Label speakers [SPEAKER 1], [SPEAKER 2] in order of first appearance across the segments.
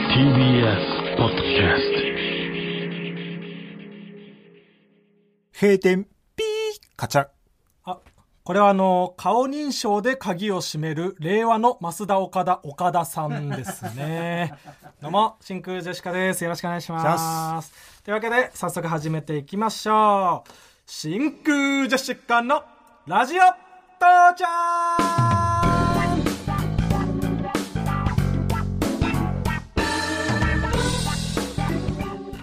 [SPEAKER 1] TBS ポッドキャス
[SPEAKER 2] 閉店、ピー、カチャ。
[SPEAKER 3] あ、これはあの、顔認証で鍵を閉める令和の増田岡田岡田さんです ね。どうも、真空ジェシカです。よろしくお願いします。というわけで、早速始めていきましょう。真空ジェシカのラジオ父ちゃんど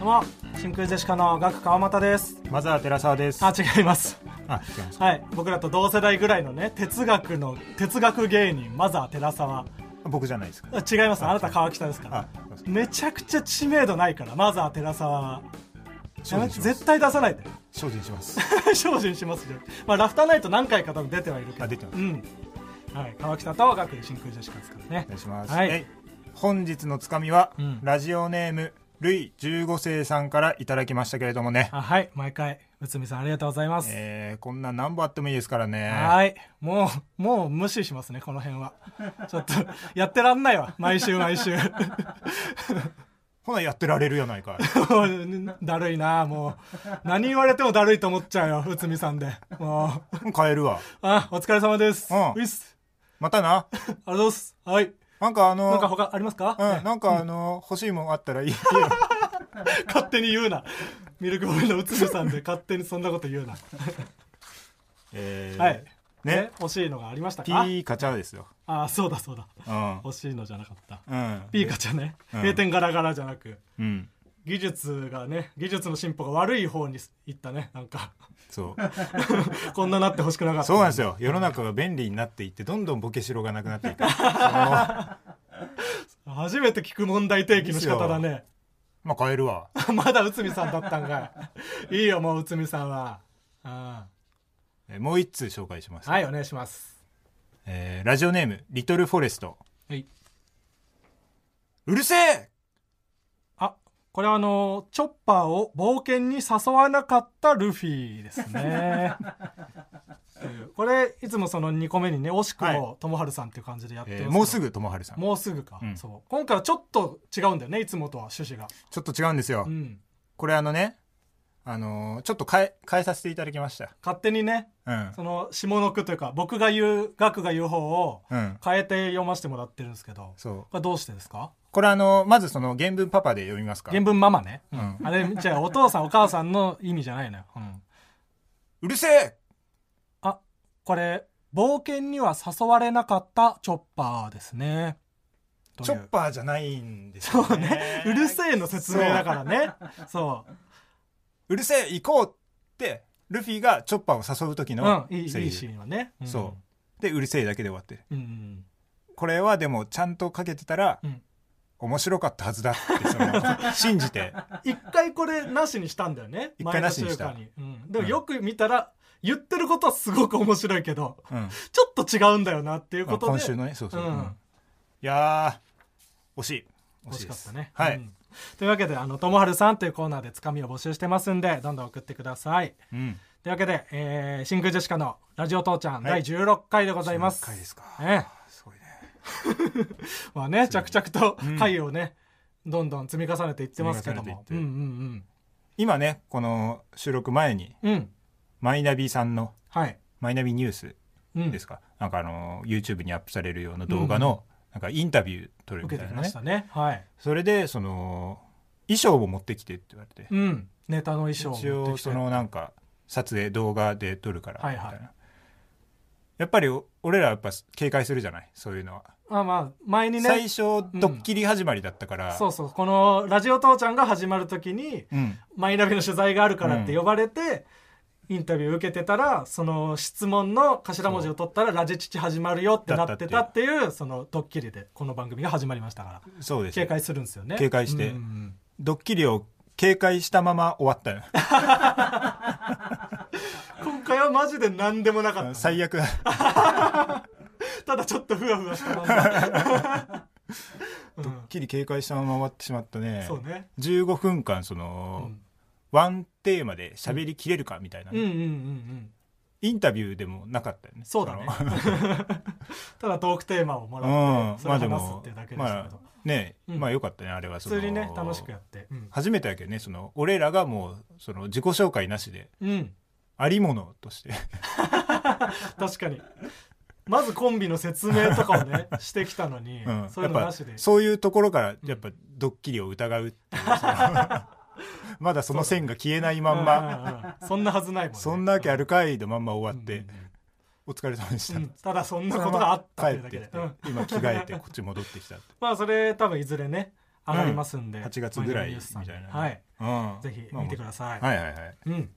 [SPEAKER 3] うも、真空ジェシカのガク川又です。
[SPEAKER 2] マザー寺澤です。
[SPEAKER 3] あ、違います。
[SPEAKER 2] あ違います。
[SPEAKER 3] はい、僕らと同世代ぐらいのね哲学の哲学芸人マザー寺澤
[SPEAKER 2] 僕じゃないですか。
[SPEAKER 3] あ違いますあなた川北ですから
[SPEAKER 2] あすいません
[SPEAKER 3] めちゃくちゃ知名度ないからマザー寺澤はや
[SPEAKER 2] 精進
[SPEAKER 3] めて
[SPEAKER 2] します。
[SPEAKER 3] 絶対出さないで
[SPEAKER 2] 精進します。
[SPEAKER 3] 精進しますよ、まあ、ラフターナイト何回か多分出てはいるけど
[SPEAKER 2] あ出てます
[SPEAKER 3] うんはい、川北と学園真空ジェシカですからね
[SPEAKER 2] お願いします。
[SPEAKER 3] はい
[SPEAKER 2] え本日のつかみは、
[SPEAKER 3] うん
[SPEAKER 2] ラジオネーム、ルイ15世さんからいただきましたけれどもね。
[SPEAKER 3] あはい毎回内海さんありがとうございます、
[SPEAKER 2] えー、こんな何本あってもいいですからね。
[SPEAKER 3] はいもうもう無視しますねこの辺はちょっとやってらんないわ毎週毎週
[SPEAKER 2] ほな、やってられるやないかい。
[SPEAKER 3] もうだるいなもう何言われてもだるいと思っちゃうよ内海さんでもう
[SPEAKER 2] うん変えるわ。
[SPEAKER 3] あお疲れ様です
[SPEAKER 2] うん
[SPEAKER 3] ういっす
[SPEAKER 2] またな。
[SPEAKER 3] ありがとうございますはい
[SPEAKER 2] なんかあ
[SPEAKER 3] なんか
[SPEAKER 2] の、
[SPEAKER 3] 他ありますか、
[SPEAKER 2] うん、なんかあの、欲しいもんあったらい いよ。
[SPEAKER 3] 勝手に言うなミルクボーイの内海さんで勝手にそんなこと言うな
[SPEAKER 2] えー、
[SPEAKER 3] はい
[SPEAKER 2] ね、
[SPEAKER 3] 欲しいのがありました
[SPEAKER 2] ピ
[SPEAKER 3] か
[SPEAKER 2] ーカチャですよ。
[SPEAKER 3] あそうだそうだ
[SPEAKER 2] うん。
[SPEAKER 3] 欲しいのじゃなかった
[SPEAKER 2] うん。
[SPEAKER 3] ピーカちゃんね、
[SPEAKER 2] うん
[SPEAKER 3] 閉店ガラガラじゃなく
[SPEAKER 2] うん。
[SPEAKER 3] 技術がね技術の進歩が悪い方にいったねなんか
[SPEAKER 2] そう。
[SPEAKER 3] こんななってほしくなかった
[SPEAKER 2] そうなんですよ世の中が便利になっていってどんどんボケしろがなくなっていく ま
[SPEAKER 3] 初めて聞く問題提起の仕方だね
[SPEAKER 2] あ変えるわ
[SPEAKER 3] まだ内海さんだったんかい。い いよ、もう内海さんは。あ
[SPEAKER 2] えもう一通紹介します、
[SPEAKER 3] はい、お願いします。
[SPEAKER 2] えーラジオネームリトルフォレスト
[SPEAKER 3] はい。
[SPEAKER 2] うるせえ
[SPEAKER 3] あ、これはあの、チョッパーを冒険に誘わなかったルフ ィですね。うんこれ、いつもその2個目にね、惜しく
[SPEAKER 2] は
[SPEAKER 3] もともはるさんっていう感じでやってま
[SPEAKER 2] え
[SPEAKER 3] す
[SPEAKER 2] ー
[SPEAKER 3] けど、
[SPEAKER 2] もうすぐ友春さん
[SPEAKER 3] もうすぐか、
[SPEAKER 2] うん
[SPEAKER 3] そう。今回はちょっと違うんだよね、いつもとは趣旨が。
[SPEAKER 2] ちょっと違うんですよ、
[SPEAKER 3] うん。
[SPEAKER 2] これあのねあのーちょっと変え変えさせていただきました
[SPEAKER 3] 勝手にね、
[SPEAKER 2] うん
[SPEAKER 3] その下の句というか、僕が言う、額が言う方を
[SPEAKER 2] うん
[SPEAKER 3] 変えて読ませてもらってるんですけど、
[SPEAKER 2] そう
[SPEAKER 3] これどうしてですか
[SPEAKER 2] これあのーまずその原文パパで読みますか
[SPEAKER 3] 原文ママね。
[SPEAKER 2] うん
[SPEAKER 3] あれ、じゃあ、お父さん、お母さんの意味じゃないのよ。うん
[SPEAKER 2] うるせえ
[SPEAKER 3] あ、これ、冒険には誘われなかったチョッパーですね。という
[SPEAKER 2] チョッパーじゃないんです
[SPEAKER 3] そ
[SPEAKER 2] よ、
[SPEAKER 3] うね。うるせえの説明だからね。そう。
[SPEAKER 2] うるせえ行こうってルフィがチョッパーを誘う時
[SPEAKER 3] うん
[SPEAKER 2] の、
[SPEAKER 3] いいいい
[SPEAKER 2] セリフ
[SPEAKER 3] シーンはね。ん
[SPEAKER 2] そうでうるせえだけで終わってる
[SPEAKER 3] うん。
[SPEAKER 2] これはでもちゃんとかけてたら
[SPEAKER 3] うん。
[SPEAKER 2] 面白かったはずだってその 信じて
[SPEAKER 3] 一回これなしにしたんだよね。
[SPEAKER 2] 一回なしにした
[SPEAKER 3] 前の週間にうん。でもよく見たら、言ってることはすごく面白いけど、
[SPEAKER 2] うん
[SPEAKER 3] ちょっと違うんだよなっていうことで。
[SPEAKER 2] 今週のねそうそう、
[SPEAKER 3] うん
[SPEAKER 2] うんいやー惜しい
[SPEAKER 3] 惜
[SPEAKER 2] で
[SPEAKER 3] しかっ
[SPEAKER 2] す
[SPEAKER 3] たね。
[SPEAKER 2] は
[SPEAKER 3] う
[SPEAKER 2] い
[SPEAKER 3] んというわけで、あの、ともはるさんというコーナーでつかみを募集してますんで、どんどん送ってください。
[SPEAKER 2] うん、
[SPEAKER 3] というわけで、えー、真空ジェシカのラジオ父ちゃん、
[SPEAKER 2] はい
[SPEAKER 3] 第16回でございます。
[SPEAKER 2] 16回ですか
[SPEAKER 3] ね、
[SPEAKER 2] すごいね
[SPEAKER 3] まあね、着々と
[SPEAKER 2] うん
[SPEAKER 3] 回をね、どんどん積み重ねていってますけど
[SPEAKER 2] 積み重ね
[SPEAKER 3] も。
[SPEAKER 2] て
[SPEAKER 3] う
[SPEAKER 2] い
[SPEAKER 3] ん
[SPEAKER 2] っ
[SPEAKER 3] う
[SPEAKER 2] て
[SPEAKER 3] ん
[SPEAKER 2] 今ねこの収録前に
[SPEAKER 3] うん。うん。
[SPEAKER 2] マイナビさんの
[SPEAKER 3] はい。
[SPEAKER 2] マイナビニュース
[SPEAKER 3] うん。
[SPEAKER 2] ですか、なんかあの YouTube にアップされるような動画の、なんかインタビュー撮るみ
[SPEAKER 3] 受
[SPEAKER 2] た
[SPEAKER 3] けて
[SPEAKER 2] いな
[SPEAKER 3] きま
[SPEAKER 2] ね
[SPEAKER 3] したね。はい。
[SPEAKER 2] それでその衣装を持ってきてって言われて、
[SPEAKER 3] うん。ネタの衣装を
[SPEAKER 2] 一
[SPEAKER 3] 持って
[SPEAKER 2] 応
[SPEAKER 3] きて
[SPEAKER 2] そのなんか撮影動画で撮るからみ
[SPEAKER 3] は
[SPEAKER 2] た
[SPEAKER 3] い
[SPEAKER 2] いな、
[SPEAKER 3] はい
[SPEAKER 2] やっぱりお俺らはやっぱ警戒するじゃないそういうのは、
[SPEAKER 3] まあまあ、前に
[SPEAKER 2] 最
[SPEAKER 3] ね、
[SPEAKER 2] 初ドッキリ始まりだったから、
[SPEAKER 3] そうそう、このラジオ父ちゃんが始まるときに、
[SPEAKER 2] うん
[SPEAKER 3] マイナビの取材があるからって
[SPEAKER 2] うん
[SPEAKER 3] 呼ばれて、インタビュー受けてたらその質問の頭文字を取ったら「ラジチチ始まるよ」ってなってたっていうそのドッキリでこの番組が始まりましたから
[SPEAKER 2] そうです
[SPEAKER 3] 警戒するんですよね
[SPEAKER 2] 警戒して
[SPEAKER 3] うんうん
[SPEAKER 2] ドッキリを警戒したまま終わ ったよ
[SPEAKER 3] 今回はマジで何でもなかった、
[SPEAKER 2] 最悪
[SPEAKER 3] ただちょっとふわふわしたまん まうん
[SPEAKER 2] ドッキリ警戒したまま終わってしまったね
[SPEAKER 3] そうね
[SPEAKER 2] 15分間そうの、
[SPEAKER 3] ん
[SPEAKER 2] ワンテーマで喋りきれるかみたいな、
[SPEAKER 3] うんうんうんうん
[SPEAKER 2] インタビューでもなかったよね
[SPEAKER 3] そうだね ただトークテーマをも
[SPEAKER 2] う
[SPEAKER 3] らって
[SPEAKER 2] ん、
[SPEAKER 3] そ
[SPEAKER 2] ま
[SPEAKER 3] れ
[SPEAKER 2] あ
[SPEAKER 3] を
[SPEAKER 2] で
[SPEAKER 3] 話すっ
[SPEAKER 2] も
[SPEAKER 3] ていうだけ、でした
[SPEAKER 2] ま
[SPEAKER 3] け
[SPEAKER 2] あ
[SPEAKER 3] ど、、
[SPEAKER 2] ね、
[SPEAKER 3] うん
[SPEAKER 2] まあよかったねあれは
[SPEAKER 3] 普
[SPEAKER 2] その
[SPEAKER 3] 通にね楽しくやってうん、
[SPEAKER 2] 初めてだけどねその俺らがもうその自己紹介なしで
[SPEAKER 3] うん、
[SPEAKER 2] ありものとして
[SPEAKER 3] 確かにまずコンビの説明とか をねしてきたのに、
[SPEAKER 2] うん
[SPEAKER 3] そういうの
[SPEAKER 2] や
[SPEAKER 3] な
[SPEAKER 2] っ
[SPEAKER 3] しで
[SPEAKER 2] ぱそういうところからやっぱドッキリを疑う っていうそのまだその線が消えないまんま
[SPEAKER 3] まそんなはずないもんね
[SPEAKER 2] そんなわけあるかいのまんま終わって、
[SPEAKER 3] うん
[SPEAKER 2] お疲れ様でし
[SPEAKER 3] う
[SPEAKER 2] た、
[SPEAKER 3] んただそんなことがあったっていうだけ
[SPEAKER 2] 帰って
[SPEAKER 3] で
[SPEAKER 2] きて、
[SPEAKER 3] うん
[SPEAKER 2] 今着替えてこっち戻ってきたって
[SPEAKER 3] まあそれ多分いずれね上がりますんで、
[SPEAKER 2] 8月ぐらい
[SPEAKER 3] マイナ
[SPEAKER 2] み
[SPEAKER 3] ス
[SPEAKER 2] た
[SPEAKER 3] さん
[SPEAKER 2] い
[SPEAKER 3] で
[SPEAKER 2] な、ね
[SPEAKER 3] はい
[SPEAKER 2] うん、
[SPEAKER 3] ぜひ見てください、
[SPEAKER 2] まあはいはいはい
[SPEAKER 3] うん、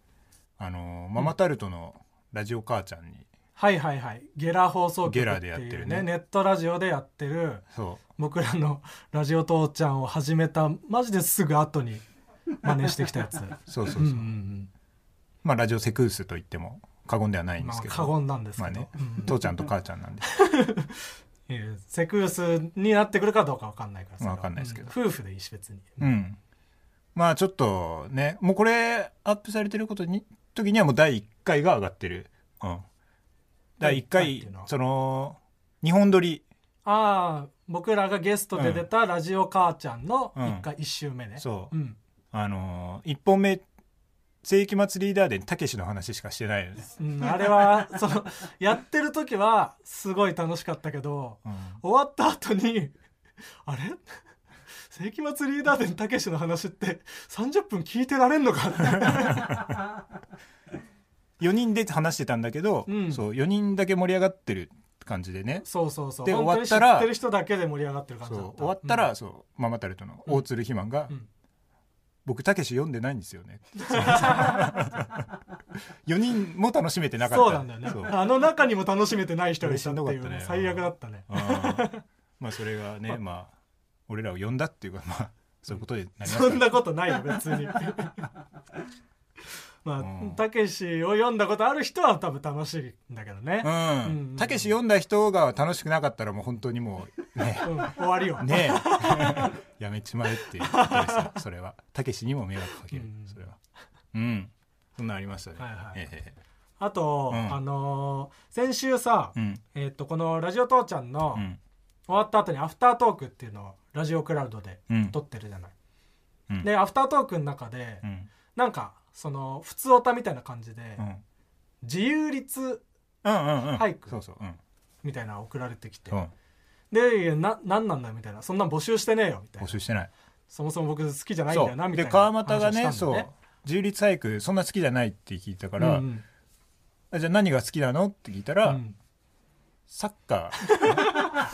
[SPEAKER 2] あのーママタルトのラジオ母ちゃんに
[SPEAKER 3] はいはいはいゲラ放送局
[SPEAKER 2] ゲラでやってるね
[SPEAKER 3] っていうネットラジオでやってる
[SPEAKER 2] そ
[SPEAKER 3] 僕らの「ラジオ父ちゃん」を始めたマジですぐ後に真似してきたやつう
[SPEAKER 2] うそうそうそう、
[SPEAKER 3] んうんうん
[SPEAKER 2] まあラジオセクースと言っても過言ではないんで
[SPEAKER 3] ますあ
[SPEAKER 2] けど、
[SPEAKER 3] 過言なんですけど、
[SPEAKER 2] まあね
[SPEAKER 3] うんうん
[SPEAKER 2] 父ちゃんと母ちゃんなんで
[SPEAKER 3] いやセクウスになってくるかどうかわかんないからそれは
[SPEAKER 2] まあわかんないですけど
[SPEAKER 3] うん夫婦でいいし別に
[SPEAKER 2] うんまあちょっとねもうこれアップされてることに時にはもう第1回が上がってる、うん、第1
[SPEAKER 3] 第一回っ
[SPEAKER 2] 回
[SPEAKER 3] ていうのは
[SPEAKER 2] その日本撮り
[SPEAKER 3] ああ僕らがゲストで出た「ラジオ母ちゃん」の1回1周目ね、
[SPEAKER 2] そう、
[SPEAKER 3] うん
[SPEAKER 2] あのー、1本目世紀末リーダーでたけしの話しかしてないよね、
[SPEAKER 3] うんあれは そのやってる時はすごい楽しかったけど
[SPEAKER 2] うん
[SPEAKER 3] 終わった後にあれ世紀末リーダー伝たけしの話って30分聞いてられんのかって
[SPEAKER 2] 4人で話してたんだけど、
[SPEAKER 3] うん
[SPEAKER 2] そう4人だけ盛り上がってる感じでね
[SPEAKER 3] そうそうそう
[SPEAKER 2] で
[SPEAKER 3] 本当に
[SPEAKER 2] 終わったら
[SPEAKER 3] 知ってる人だけで盛り上がってる感
[SPEAKER 2] そ
[SPEAKER 3] じだっ
[SPEAKER 2] う
[SPEAKER 3] た
[SPEAKER 2] 終わったら、そうママタルトの大鶴ひまんが、
[SPEAKER 3] うん
[SPEAKER 2] 僕たけし読んでないんですよ ね」4人も楽しめてなかった
[SPEAKER 3] そうなんだよね
[SPEAKER 2] そう
[SPEAKER 3] あの中にも楽しめてない人がい
[SPEAKER 2] し
[SPEAKER 3] たってい
[SPEAKER 2] んどか
[SPEAKER 3] う
[SPEAKER 2] ったね
[SPEAKER 3] 最悪だったね
[SPEAKER 2] うんまあそれがねまあ俺らを呼んだっていうかまあそういうことになりました
[SPEAKER 3] そんなことないよ別 にま
[SPEAKER 2] う
[SPEAKER 3] あ
[SPEAKER 2] ん
[SPEAKER 3] たけしを読んだことある人は多分楽しいんだけどね、
[SPEAKER 2] う
[SPEAKER 3] うんうん
[SPEAKER 2] んたけし読んだ人が楽しくなかったらもう本当にもう ね
[SPEAKER 3] うん終わりよ、
[SPEAKER 2] ねえやめちまえっていうことですよそれはたけしにも迷惑かける
[SPEAKER 3] うん
[SPEAKER 2] それはうんそんなんありましたね
[SPEAKER 3] はいはい
[SPEAKER 2] ええ
[SPEAKER 3] あと、
[SPEAKER 2] うん
[SPEAKER 3] あのー先週さ、
[SPEAKER 2] うん
[SPEAKER 3] えっとこの「ラジオ父ちゃん」の
[SPEAKER 2] うん
[SPEAKER 3] 終わった後にアフタートークっていうのをラジオクラウドで
[SPEAKER 2] うん
[SPEAKER 3] 撮ってるじゃない、
[SPEAKER 2] うん
[SPEAKER 3] でアフタートークの中で、
[SPEAKER 2] うん
[SPEAKER 3] なんかその普通オタみたいな感じで、
[SPEAKER 2] うん
[SPEAKER 3] 自由律
[SPEAKER 2] うんうんうん
[SPEAKER 3] 俳句
[SPEAKER 2] そうそううん
[SPEAKER 3] みたいなの送られてきて、
[SPEAKER 2] うん
[SPEAKER 3] でいやななんなんだよみたいなそんなん募集してねえよみたい
[SPEAKER 2] 募
[SPEAKER 3] な
[SPEAKER 2] 集してない
[SPEAKER 3] そもそも僕好きじゃないん
[SPEAKER 2] そ
[SPEAKER 3] だよな
[SPEAKER 2] う
[SPEAKER 3] みたい
[SPEAKER 2] で
[SPEAKER 3] な
[SPEAKER 2] 川又が
[SPEAKER 3] 話
[SPEAKER 2] ね
[SPEAKER 3] をした
[SPEAKER 2] そ
[SPEAKER 3] んだ
[SPEAKER 2] う
[SPEAKER 3] よ
[SPEAKER 2] 重立俳句そんな好きじゃないって聞いたか
[SPEAKER 3] うんう
[SPEAKER 2] ら、
[SPEAKER 3] ん
[SPEAKER 2] あじゃあ何が好きなのって聞いたら、サッカ ー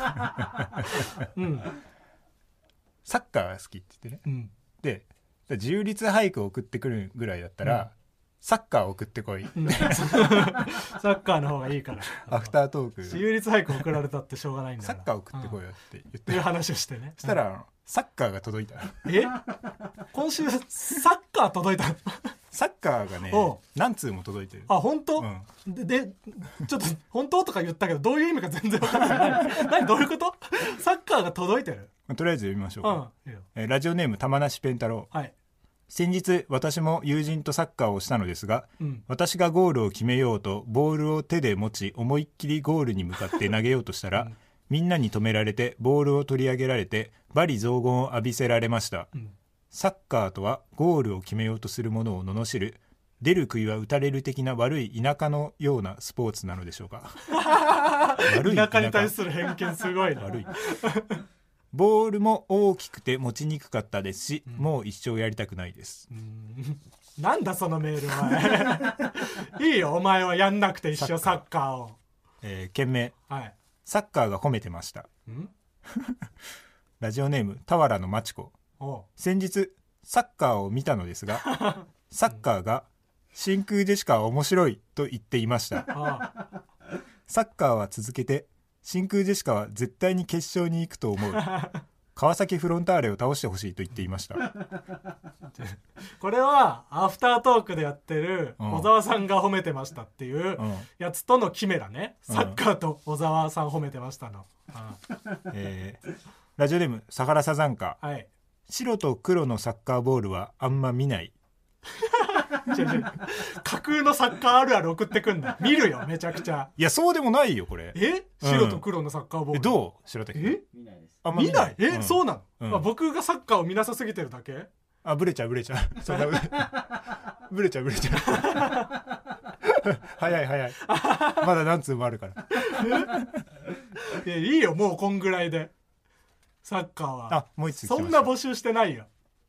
[SPEAKER 3] うんうん
[SPEAKER 2] サッカーが好きって言ってね
[SPEAKER 3] うん
[SPEAKER 2] でじゃあ自立俳句を送ってくるぐらいだったら、
[SPEAKER 3] うん
[SPEAKER 2] サッカーを送ってこ い、
[SPEAKER 3] うんサッカーの方がいいから
[SPEAKER 2] アフタートーク
[SPEAKER 3] 自由律俳句送られたってしょうがないんだ
[SPEAKER 2] サ
[SPEAKER 3] から
[SPEAKER 2] ッカーを送ってこい
[SPEAKER 3] うん
[SPEAKER 2] よって言っ
[SPEAKER 3] って
[SPEAKER 2] て、
[SPEAKER 3] いう話をしてね
[SPEAKER 2] したら、あのサッカーが届いた
[SPEAKER 3] うんえ今週サッカー届いたの
[SPEAKER 2] サッカーがね
[SPEAKER 3] おう
[SPEAKER 2] 何通も届いてる
[SPEAKER 3] あ本当、
[SPEAKER 2] うん
[SPEAKER 3] ででちょっと本当とか言ったけどどういう意味か全然分かんない何何どういうことサッカーが届いてる
[SPEAKER 2] とりあえず読みましょう
[SPEAKER 3] う
[SPEAKER 2] か、
[SPEAKER 3] んいいよ
[SPEAKER 2] えーラジオネーム玉梨ペン太郎
[SPEAKER 3] はい
[SPEAKER 2] 先日私も友人とサッカーをしたのですが
[SPEAKER 3] うん
[SPEAKER 2] 私がゴールを決めようとボールを手で持ち思いっきりゴールに向かって投げようとしたら、みんなに止められてボールを取り上げられて罵詈雑言を浴びせられました
[SPEAKER 3] うん
[SPEAKER 2] サッカーとはゴールを決めようとするものを罵る出る杭は打たれる的な悪い田舎のようなスポーツなのでしょうか悪
[SPEAKER 3] 田舎に対する偏見すごいな
[SPEAKER 2] 悪いボールも大きくて持ちにくかったですし、もう一生やりたくないです
[SPEAKER 3] うんなんだそのメールお 前いいよお前はやんなくて一緒サ
[SPEAKER 2] サ
[SPEAKER 3] ッカーを
[SPEAKER 2] えー、件名
[SPEAKER 3] はい
[SPEAKER 2] サッカーが褒めてました
[SPEAKER 3] ん
[SPEAKER 2] ラジオネーム俵のまちこ
[SPEAKER 3] おう
[SPEAKER 2] 先日サッカーを見たの ですがサッカーが真空ジェシカは面白いと言っていました
[SPEAKER 3] あ
[SPEAKER 2] サッカーは続けて真空ジェシカは絶対に決勝に行くと思う川崎フロンターレを倒してほしいと言っていました
[SPEAKER 3] これはアフタートークでやってる
[SPEAKER 2] うん
[SPEAKER 3] 小沢さんが褒めてましたっていう
[SPEAKER 2] うん
[SPEAKER 3] やつとのキメラね
[SPEAKER 2] うん
[SPEAKER 3] サッカーと小沢さん褒めてましたの、うん
[SPEAKER 2] えーラジオネームサハラサザンカ
[SPEAKER 3] はい
[SPEAKER 2] 白と黒のサッカーボールはあんま見ない
[SPEAKER 3] 違う違う架空のサッカーあるある送ってくんだ見るよめちゃくちゃ
[SPEAKER 2] いやそうでもないよこれ
[SPEAKER 3] え白と黒のサッカーボール、
[SPEAKER 2] えどう白滝君
[SPEAKER 3] え
[SPEAKER 4] 見ないです。
[SPEAKER 2] あんま
[SPEAKER 3] 見ないえ、
[SPEAKER 2] ん
[SPEAKER 3] そうなの、
[SPEAKER 2] うん
[SPEAKER 3] まあ、僕がサッカーを見なさすぎてるだけ
[SPEAKER 2] あブレちゃうブレちゃう そんな ブレちゃうブレちゃう 早い早いまだ何通もあるから
[SPEAKER 3] いやいいよもうこんぐらいでサッカーは
[SPEAKER 2] あもう一通来てま
[SPEAKER 3] そ
[SPEAKER 2] した
[SPEAKER 3] んな募集してないよ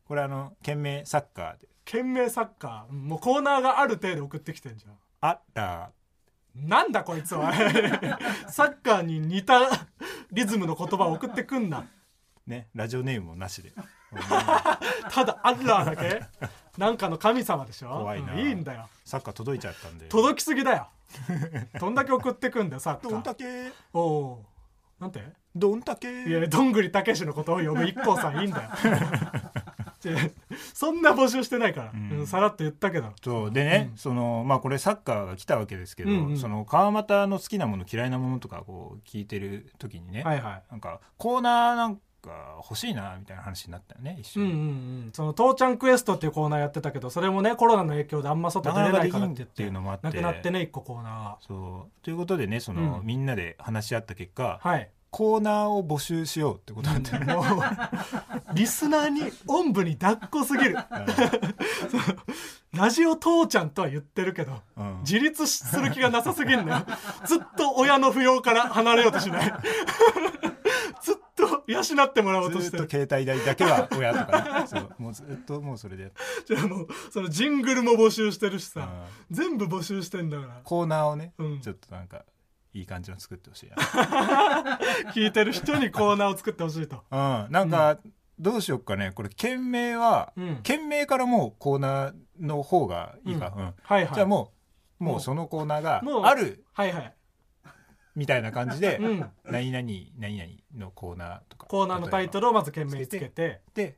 [SPEAKER 2] これあの県名サッカーで
[SPEAKER 3] 懸命サッカーもうコーナーがある程度送ってきてんじゃん
[SPEAKER 2] あった
[SPEAKER 3] なんだこい つはサッカーに似たリズムの言葉を送ってくんな
[SPEAKER 2] ねラジオネームもなしで
[SPEAKER 3] ただアッラーだけなんかの神様でしょ
[SPEAKER 2] 怖いな
[SPEAKER 3] うんいいんだよ
[SPEAKER 2] サッカー届いちゃったんで
[SPEAKER 3] 届きすぎ だよどんだけ送ってくんだよサッカ
[SPEAKER 2] どん
[SPEAKER 3] ー
[SPEAKER 2] だけ
[SPEAKER 3] おおうなんて
[SPEAKER 2] どんだけ
[SPEAKER 3] いやどんぐりたけしのことを呼ぶ一 k さんいいん だよちょそんな募集してないから、
[SPEAKER 2] ん
[SPEAKER 3] うんさらっと言ったけど
[SPEAKER 2] そうでね、そのまあこれサッカーが来たわけですけど、
[SPEAKER 3] うんうん
[SPEAKER 2] その川又の好きなもの嫌いなものとかこう聞いてる時にね、
[SPEAKER 3] はいはい
[SPEAKER 2] なんかコーナーなんか欲しいなみたいな話になったよね一
[SPEAKER 3] う
[SPEAKER 2] 緒
[SPEAKER 3] んう
[SPEAKER 2] に、
[SPEAKER 3] んうん、その「父ちゃんクエスト」っていうコーナーやってたけどそれもねコロナの影響であんま外
[SPEAKER 2] な
[SPEAKER 3] 出
[SPEAKER 2] かな
[SPEAKER 3] れ
[SPEAKER 2] か
[SPEAKER 3] な
[SPEAKER 2] で
[SPEAKER 3] い
[SPEAKER 2] き
[SPEAKER 3] から
[SPEAKER 2] ん
[SPEAKER 3] っ
[SPEAKER 2] って
[SPEAKER 3] 言って
[SPEAKER 2] ていうのもあって
[SPEAKER 3] なくなってね一個コーナーは
[SPEAKER 2] そうということでねその、
[SPEAKER 3] うん
[SPEAKER 2] みんなで話し合った結果、
[SPEAKER 3] はい
[SPEAKER 2] コーナーを募集しようってことなんだよね、
[SPEAKER 3] もうリスナーにおんぶに抱っこすぎ るラジオ父ちゃんとは言ってるけど
[SPEAKER 2] うん
[SPEAKER 3] 自立する気がなさすぎんのよずっと親の扶養から離れようとし ないずっと養ってもらおうと
[SPEAKER 2] ず
[SPEAKER 3] し
[SPEAKER 2] ってと
[SPEAKER 3] る
[SPEAKER 2] 携帯代だけは親とか、ね、 そうもうずっともうそれでやって
[SPEAKER 3] じゃあもうそのジングルも募集してるしさ
[SPEAKER 2] うん
[SPEAKER 3] 全部募集してんだから
[SPEAKER 2] コーナーをね、
[SPEAKER 3] うん
[SPEAKER 2] ちょっとなんかいい感じの作ってほしい
[SPEAKER 3] 聞いてる人にコーナーを作ってほしいと。
[SPEAKER 2] な、うん、なんかどうしよっかねこれ県名は、
[SPEAKER 3] うん
[SPEAKER 2] 県名からもうコーナーの方がいいか、うん
[SPEAKER 3] はいはい。
[SPEAKER 2] じゃあもう
[SPEAKER 3] もう
[SPEAKER 2] もうそのコーナーが
[SPEAKER 3] もう
[SPEAKER 2] ある
[SPEAKER 3] はいはい。
[SPEAKER 2] みたいな感じで、
[SPEAKER 3] うん。
[SPEAKER 2] 何々何々のコーナーとか
[SPEAKER 3] コーナーのタイト
[SPEAKER 2] ル
[SPEAKER 3] ルをまず懸命 につけて、
[SPEAKER 2] で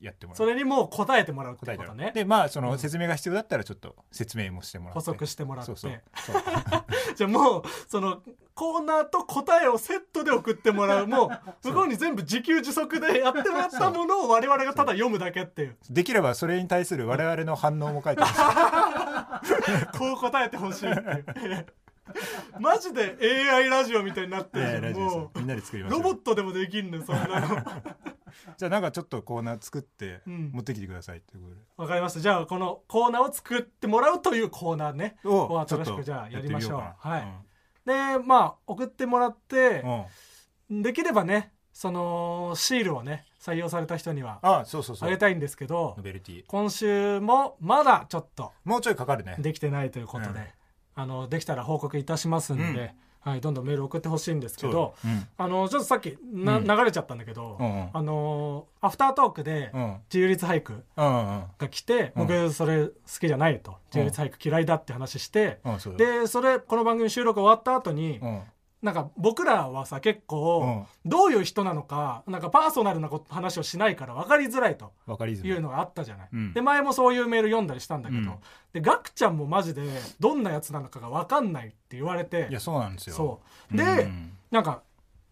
[SPEAKER 2] やってもらう
[SPEAKER 3] それにもう答えてもらうって
[SPEAKER 2] 答え
[SPEAKER 3] こ
[SPEAKER 2] ても
[SPEAKER 3] と
[SPEAKER 2] らう、
[SPEAKER 3] ね。
[SPEAKER 2] でまあそ
[SPEAKER 3] うん
[SPEAKER 2] の説明が必要だったらちょっと説明もしてもらって
[SPEAKER 3] 補足してもらって。
[SPEAKER 2] そうそうそう
[SPEAKER 3] じゃあもう、その、コーナーと答えをセットで送ってもらう。 もう、向こうに全部自給自足でやってもらったものを我々がただ読むだけっていう。
[SPEAKER 2] できればそれに対する我々の反応も書いて ほしい
[SPEAKER 3] こう答えてほしいって いう。マジで AI ラジオみたいになってるじゃん
[SPEAKER 2] ねラジオさん
[SPEAKER 3] も
[SPEAKER 2] みんなで作り
[SPEAKER 3] う
[SPEAKER 2] ましょ
[SPEAKER 3] ロ
[SPEAKER 2] う
[SPEAKER 3] ボットでもできんのよそんなの
[SPEAKER 2] じゃあなんかちょっとコーナー作って
[SPEAKER 3] うん
[SPEAKER 2] 持ってきてくださいっていうことで、
[SPEAKER 3] わかりましたじゃあこのコーナーを作ってもらうというコーナーねを
[SPEAKER 2] ちょ
[SPEAKER 3] 新
[SPEAKER 2] っ
[SPEAKER 3] しく
[SPEAKER 2] と
[SPEAKER 3] じゃあやり
[SPEAKER 2] って
[SPEAKER 3] ま
[SPEAKER 2] み
[SPEAKER 3] し
[SPEAKER 2] よ
[SPEAKER 3] ょう
[SPEAKER 2] う
[SPEAKER 3] はい、
[SPEAKER 2] か
[SPEAKER 3] でまあ送ってもらって
[SPEAKER 2] な、うんうん
[SPEAKER 3] できればねそのシールをね採用された人には
[SPEAKER 2] あそうそうそ
[SPEAKER 3] あ
[SPEAKER 2] う
[SPEAKER 3] げたいんですけど
[SPEAKER 2] ノベルティ
[SPEAKER 3] 今週もまだちょっと
[SPEAKER 2] もうちょいかかるね
[SPEAKER 3] できてないということで、
[SPEAKER 2] うん
[SPEAKER 3] あのできたら報告いたしますんで、はい、どんどんメール送ってほしいんですけ
[SPEAKER 2] そう
[SPEAKER 3] ど
[SPEAKER 2] うん
[SPEAKER 3] あのちょっとさっきな、
[SPEAKER 2] うん
[SPEAKER 3] 流れちゃったんだけど、
[SPEAKER 2] うんうん
[SPEAKER 3] あのアフタートークで
[SPEAKER 2] うん
[SPEAKER 3] 自由律俳句
[SPEAKER 2] うんうん
[SPEAKER 3] が来て、
[SPEAKER 2] うん
[SPEAKER 3] 僕それ好きじゃないと自由律俳句嫌いだって話して、
[SPEAKER 2] うんそうだよ
[SPEAKER 3] でそれこの番組収録終わった後に、
[SPEAKER 2] うん
[SPEAKER 3] なんか僕らはさ結構どういう人なのかなんかパーソナルなこと話をしないから分かりづらいと
[SPEAKER 2] わかりづら
[SPEAKER 3] いうのがあったじゃない、
[SPEAKER 2] うん
[SPEAKER 3] で前もそういうメール読んだりしたんだけど、
[SPEAKER 2] うん
[SPEAKER 3] でガクちゃんもマジでどんなやつなのかが分かんないって言われて
[SPEAKER 2] いやそうなんですよ
[SPEAKER 3] そうで、
[SPEAKER 2] うん
[SPEAKER 3] なんか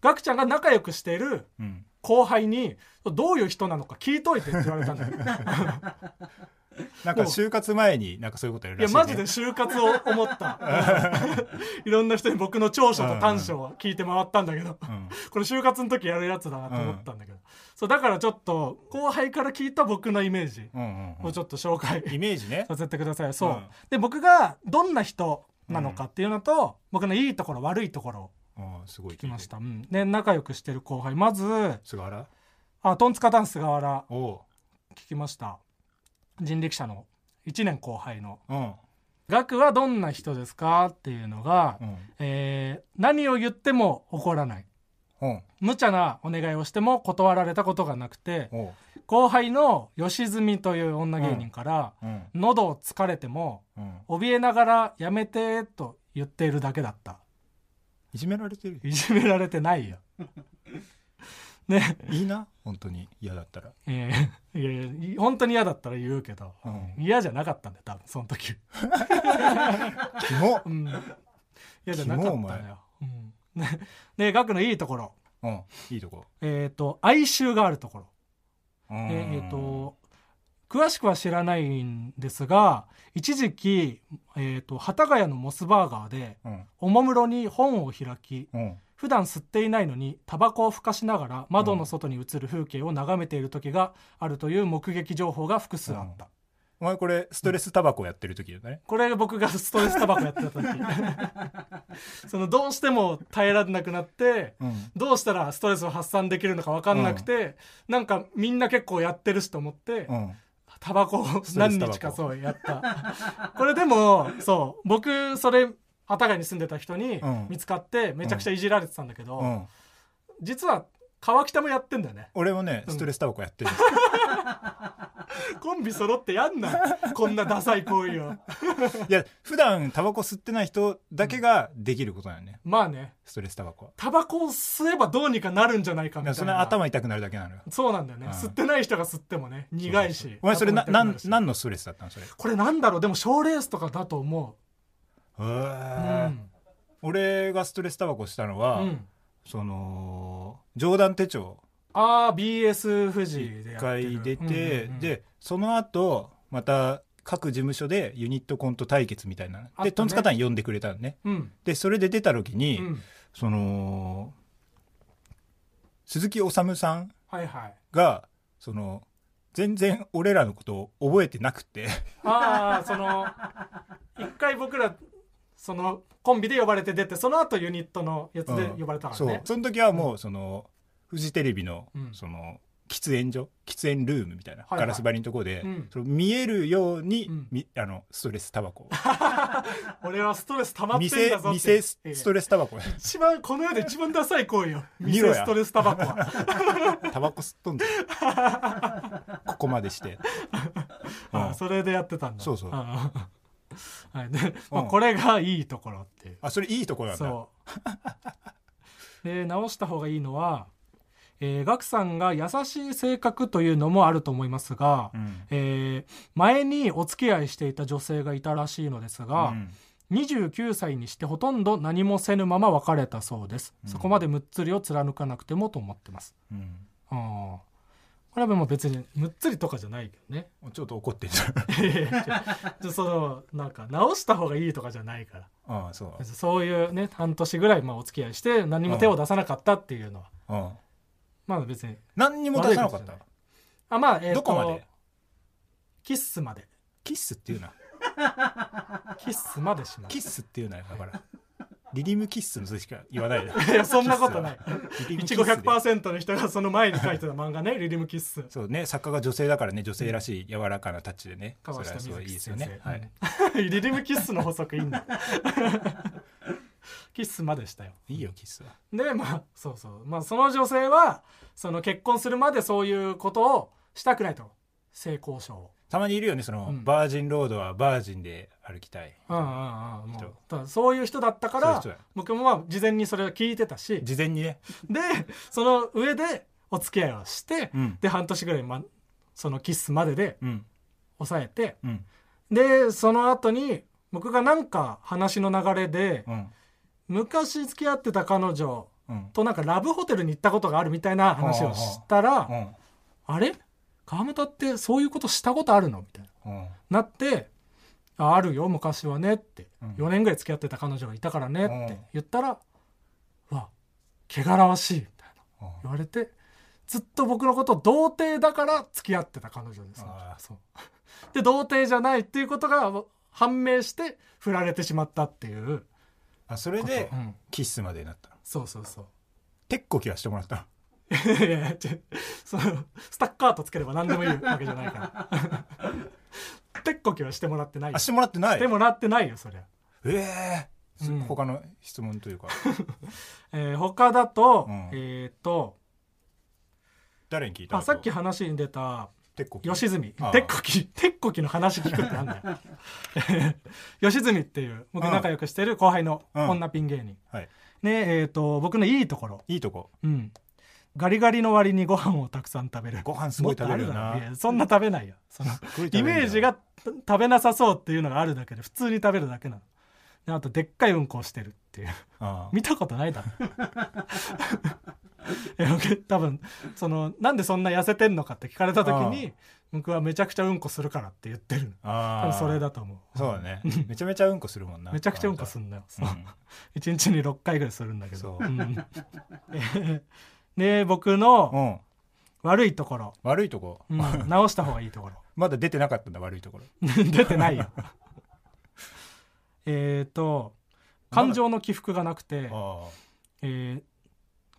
[SPEAKER 3] ガクちゃんが仲良くしている
[SPEAKER 2] うん
[SPEAKER 3] 後輩にどういう人なのか聞いといてって言われたんだけど
[SPEAKER 2] なん
[SPEAKER 3] も
[SPEAKER 2] か
[SPEAKER 3] う
[SPEAKER 2] 就活前になんかそういうことやる
[SPEAKER 3] い
[SPEAKER 2] ら
[SPEAKER 3] や
[SPEAKER 2] しい、ね、
[SPEAKER 3] マジで就活を思った いろんな人に僕の長所と短所を聞いて回ったんだけど
[SPEAKER 2] うん
[SPEAKER 3] これ就活の時やるやつだなと思ったんだけど、そうだからちょっと後輩から聞いた僕のイメージ
[SPEAKER 2] うんうん
[SPEAKER 3] をちょっと紹介、
[SPEAKER 2] イメージね
[SPEAKER 3] させてくださいそう、
[SPEAKER 2] うん
[SPEAKER 3] で僕がどんな人なのかっていうのと、僕のいいところ悪いところを
[SPEAKER 2] うんすごい
[SPEAKER 3] 聞きました、うん、で仲良くしてる後輩まず
[SPEAKER 2] 菅原
[SPEAKER 3] あトンツカタン菅原
[SPEAKER 2] おう
[SPEAKER 3] 聞きました人力車の1年後輩の
[SPEAKER 2] うん
[SPEAKER 3] 「額はどんな人ですか?」っていうのが、
[SPEAKER 2] うん
[SPEAKER 3] えー何を言っても怒らない
[SPEAKER 2] うん
[SPEAKER 3] 無茶なお願いをしても断られたことがなくて
[SPEAKER 2] おう
[SPEAKER 3] 後輩の吉住という女芸人から
[SPEAKER 2] うん
[SPEAKER 3] 「喉を疲れても
[SPEAKER 2] うん
[SPEAKER 3] 怯えながらやめて」と言っているだけだった
[SPEAKER 2] いじめられてる
[SPEAKER 3] いじめられてな いよね
[SPEAKER 2] いいな本当に嫌だったら
[SPEAKER 3] えーいやいや本当に嫌だったら言うけど、
[SPEAKER 2] うん
[SPEAKER 3] 嫌じゃなかったんだよ多分その時
[SPEAKER 2] キモ
[SPEAKER 3] うん嫌じゃなかったの
[SPEAKER 2] キモ
[SPEAKER 3] よ、うん、ねで額のいいところ
[SPEAKER 2] うんいいとこ
[SPEAKER 3] えっ、と哀愁があるところ
[SPEAKER 2] うん
[SPEAKER 3] えっ、と詳しくは知らないんですが一時期、えー、と幡ヶ谷のモスバーガーで
[SPEAKER 2] うん
[SPEAKER 3] おもむろに本を開き
[SPEAKER 2] うん
[SPEAKER 3] 普段吸っていないのにタバコをふかしながら窓の外に映る風景を眺めている時があるという目撃情報が複数あった、
[SPEAKER 2] お前これストレスタバコやってる時だね、
[SPEAKER 3] これが僕がストレスタバコやっ てた時そのどうしても耐えられなくなって
[SPEAKER 2] うん、
[SPEAKER 3] どうしたらストレスを発散できるのか分かんなくて、なんかみんな結構やってるしと思って、
[SPEAKER 2] うん
[SPEAKER 3] タバコを
[SPEAKER 2] ストレ
[SPEAKER 3] 何
[SPEAKER 2] スタバコ
[SPEAKER 3] 日かそうやった これでもそう僕それ幡ヶ谷に住んでた人に
[SPEAKER 2] うん
[SPEAKER 3] 見つかってめちゃくちゃいじられてたんだけど、
[SPEAKER 2] うん、
[SPEAKER 3] 実は川北もやってんだよね
[SPEAKER 2] 俺もね
[SPEAKER 3] うん
[SPEAKER 2] ストレスタバコやってる、
[SPEAKER 3] コンビ揃ってやんな こんなダサい行為を
[SPEAKER 2] いや普段タバコ吸ってない人だけができることなのね
[SPEAKER 3] まあね
[SPEAKER 2] ストレスタバコは
[SPEAKER 3] タバコを吸えばどうにかなるんじゃないか
[SPEAKER 2] だか
[SPEAKER 3] みたい
[SPEAKER 2] ら
[SPEAKER 3] な
[SPEAKER 2] その頭痛くなるだけなのよ
[SPEAKER 3] そうなんだよね、
[SPEAKER 2] うん
[SPEAKER 3] 吸ってない人が吸ってもね苦いし
[SPEAKER 2] お前それな
[SPEAKER 3] 頭痛く
[SPEAKER 2] なん
[SPEAKER 3] るし
[SPEAKER 2] 何のストレスだったのそれ
[SPEAKER 3] これなんだろうでも賞ーレースとかだと思
[SPEAKER 2] へ
[SPEAKER 3] う、う
[SPEAKER 2] ー
[SPEAKER 3] ん
[SPEAKER 2] 俺がストレスタバコしたのは、
[SPEAKER 3] うん
[SPEAKER 2] その冗談手帳
[SPEAKER 3] ああ BS 富士
[SPEAKER 2] 一
[SPEAKER 3] でやってる
[SPEAKER 2] 回出て、
[SPEAKER 3] うんうんうん
[SPEAKER 2] でその後また各事務所でユニットコント対決みたいなの
[SPEAKER 3] あったね
[SPEAKER 2] でトンツカタン呼んでくれたのね
[SPEAKER 3] うん
[SPEAKER 2] でそれで出た時に、
[SPEAKER 3] うん
[SPEAKER 2] その鈴木おさむさん
[SPEAKER 3] はいはい
[SPEAKER 2] がその全然俺らのことを覚えてなくて
[SPEAKER 3] ああその一回僕らそのコンビで呼ばれて出てその後ユニットのやつで呼ばれたから
[SPEAKER 2] そ
[SPEAKER 3] ね、
[SPEAKER 2] うその時はもうその、フジテレビの
[SPEAKER 3] うん
[SPEAKER 2] その喫煙所喫煙ルームみたいな、
[SPEAKER 3] はいはい
[SPEAKER 2] ガラス張りのとこで、
[SPEAKER 3] うん
[SPEAKER 2] その見えるように、
[SPEAKER 3] うん
[SPEAKER 2] みあのストレスタバコを
[SPEAKER 3] 俺はストレス溜まってん
[SPEAKER 2] 店
[SPEAKER 3] だぞって
[SPEAKER 2] 店ススト
[SPEAKER 3] レ
[SPEAKER 2] レスタバコ
[SPEAKER 3] 一番この世で一番ダサい行為よ
[SPEAKER 2] 見ろ
[SPEAKER 3] 店
[SPEAKER 2] や
[SPEAKER 3] ストレスタバコは
[SPEAKER 2] タバコ吸っとんだよ ここまでして、う
[SPEAKER 3] あ
[SPEAKER 2] ん
[SPEAKER 3] それでやってたんだ
[SPEAKER 2] そうそうん
[SPEAKER 3] はいで、まあ、
[SPEAKER 2] うん
[SPEAKER 3] これがいいところっていう
[SPEAKER 2] あそれいいところなんだ
[SPEAKER 3] そうで直した方がいいのは、えー、ガクさんが優しい性格というのもあると思いますが、
[SPEAKER 2] うん
[SPEAKER 3] えー前にお付き合いしていた女性がいたらしいのですが、
[SPEAKER 2] うん
[SPEAKER 3] 29歳にしてほとんど何もせぬまま別れたそうです、
[SPEAKER 2] うん
[SPEAKER 3] そこまでむっつりを貫かなくてもと思ってます
[SPEAKER 2] うん
[SPEAKER 3] あーこれはもう別にむっつりとかじゃないけどね
[SPEAKER 2] ちょっと怒ってんじゃん
[SPEAKER 3] いやいやじゃそのなんか直した方がいいとかじゃないから
[SPEAKER 2] ああそう
[SPEAKER 3] そういうね半年ぐらいまあお付き合いして何も手を出さなかったっていうのは、
[SPEAKER 2] うん
[SPEAKER 3] まあ別に
[SPEAKER 2] 何にも出さなか
[SPEAKER 3] 悪いこ
[SPEAKER 2] っ
[SPEAKER 3] とじゃ
[SPEAKER 2] た
[SPEAKER 3] ないあまあえーと
[SPEAKER 2] どこまで
[SPEAKER 3] キッスまで
[SPEAKER 2] キッスっていうな
[SPEAKER 3] キッスまでしま
[SPEAKER 2] キッスっていうなだからリリムキッスのそれしか言わないで
[SPEAKER 3] ういやそんなことない
[SPEAKER 2] リリムキッスで
[SPEAKER 3] 1500%の人がその前に書いてた漫画ね「リリムキッス」
[SPEAKER 2] そうね作家が女性だからね女性らしい柔らかなタッチでね
[SPEAKER 3] 川下
[SPEAKER 2] そ
[SPEAKER 3] 美
[SPEAKER 2] れはすごいいい
[SPEAKER 3] 月
[SPEAKER 2] ですよ
[SPEAKER 3] 先生
[SPEAKER 2] ね、はい、
[SPEAKER 3] うん リリムキッスの補足いいんだ キッスまでしたよ
[SPEAKER 2] いいよキッスは
[SPEAKER 3] でまあそうそうまあその女性はその結婚するまでそういうことをしたくないと性交渉を
[SPEAKER 2] たまにいるよねその、
[SPEAKER 3] うん
[SPEAKER 2] バージンロードはバージンで歩きたい
[SPEAKER 3] うんうんうんも
[SPEAKER 2] 人
[SPEAKER 3] うただそういう人だったか
[SPEAKER 2] そういう
[SPEAKER 3] ら
[SPEAKER 2] 人だ
[SPEAKER 3] 僕もまあ事前にそれを聞いてたし
[SPEAKER 2] 事前にね
[SPEAKER 3] でその上でお付き合いをして、
[SPEAKER 2] うん
[SPEAKER 3] で半年ぐらい、ま、そのキッスまでで
[SPEAKER 2] うん
[SPEAKER 3] 抑えて
[SPEAKER 2] うん
[SPEAKER 3] でその後に僕がなんか話の流れで、
[SPEAKER 2] うん
[SPEAKER 3] 昔付き合ってた彼女
[SPEAKER 2] うん
[SPEAKER 3] となんかラブホテルに行ったことがあるみたいな話をしたら、
[SPEAKER 2] うん
[SPEAKER 3] あれ川又ってそういうことしたことあるのみたいな。
[SPEAKER 2] うん
[SPEAKER 3] なって、ああるよ、昔はねって、
[SPEAKER 2] うん
[SPEAKER 3] 4年ぐらい付き合ってた彼女がいたからねっ
[SPEAKER 2] う
[SPEAKER 3] て
[SPEAKER 2] ん
[SPEAKER 3] 言ったら、わ、汚らわしい、みたいな
[SPEAKER 2] うん
[SPEAKER 3] 言われて、ずっと僕のこと童貞だから付き合ってた彼女です。
[SPEAKER 2] あー
[SPEAKER 3] そう で、童貞じゃないっていうことが判明して、振られてしまったっていう。
[SPEAKER 2] あそれで
[SPEAKER 3] うん
[SPEAKER 2] キッスまでになったの
[SPEAKER 3] そうそうそう。
[SPEAKER 2] テッコキはしてもらったの
[SPEAKER 3] いやいやちょそのスタッカートつければ何でもいいわけじゃない から。てっこきはしてもらってないよ。
[SPEAKER 2] あ
[SPEAKER 3] し
[SPEAKER 2] してもらってない
[SPEAKER 3] てもらってないよ、そりゃ。
[SPEAKER 2] ええ
[SPEAKER 3] うん
[SPEAKER 2] 他の質問というか
[SPEAKER 3] えー他だと、
[SPEAKER 2] うん
[SPEAKER 3] えっ、と、
[SPEAKER 2] 誰に聞いた
[SPEAKER 3] あ、
[SPEAKER 2] の
[SPEAKER 3] さっき話に出た、
[SPEAKER 2] テッコキ
[SPEAKER 3] 吉住
[SPEAKER 2] ああ。
[SPEAKER 3] てっこき、てっこきの話聞くってなんだよ。 吉住っていう、僕仲良くしてる後輩の
[SPEAKER 2] うん
[SPEAKER 3] 女ピン芸人。
[SPEAKER 2] はい
[SPEAKER 3] ね、えっ、と、僕のいいところ。
[SPEAKER 2] いいとこ
[SPEAKER 3] うん。ガリガリの割にご飯をたくさん食べる。
[SPEAKER 2] ご飯すごい食べるよ
[SPEAKER 3] もっとあ
[SPEAKER 2] な
[SPEAKER 3] だろいやそんな食べないよ。その
[SPEAKER 2] す ごい食べる
[SPEAKER 3] イ
[SPEAKER 2] んだ
[SPEAKER 3] メ
[SPEAKER 2] よ
[SPEAKER 3] ージがた食べなさそうっていうのがあるだけで普通に食べるだけなのであとでっかいうんこをしてるっていう
[SPEAKER 2] ああ
[SPEAKER 3] 見たことないだろ え僕多分そのなんでそんな痩せてんのかって聞かれた時に僕はめちゃくちゃうんこするからって言ってる多
[SPEAKER 2] あ
[SPEAKER 3] 分
[SPEAKER 2] あ
[SPEAKER 3] それだと思う
[SPEAKER 2] そうだねめちゃめちゃうんこするもんな
[SPEAKER 3] めちゃくちゃうんこす
[SPEAKER 2] る
[SPEAKER 3] んだよ、そううん一日に6回ぐらいするんだけど
[SPEAKER 2] そう
[SPEAKER 3] うん えで僕の
[SPEAKER 2] うん
[SPEAKER 3] 悪いところ、
[SPEAKER 2] 悪いとこ
[SPEAKER 3] うん直した方がいいところ
[SPEAKER 2] まだ出てなかったんだ悪いところ
[SPEAKER 3] 出 てないよえっと感情の起伏がなくて、
[SPEAKER 2] あ
[SPEAKER 3] えー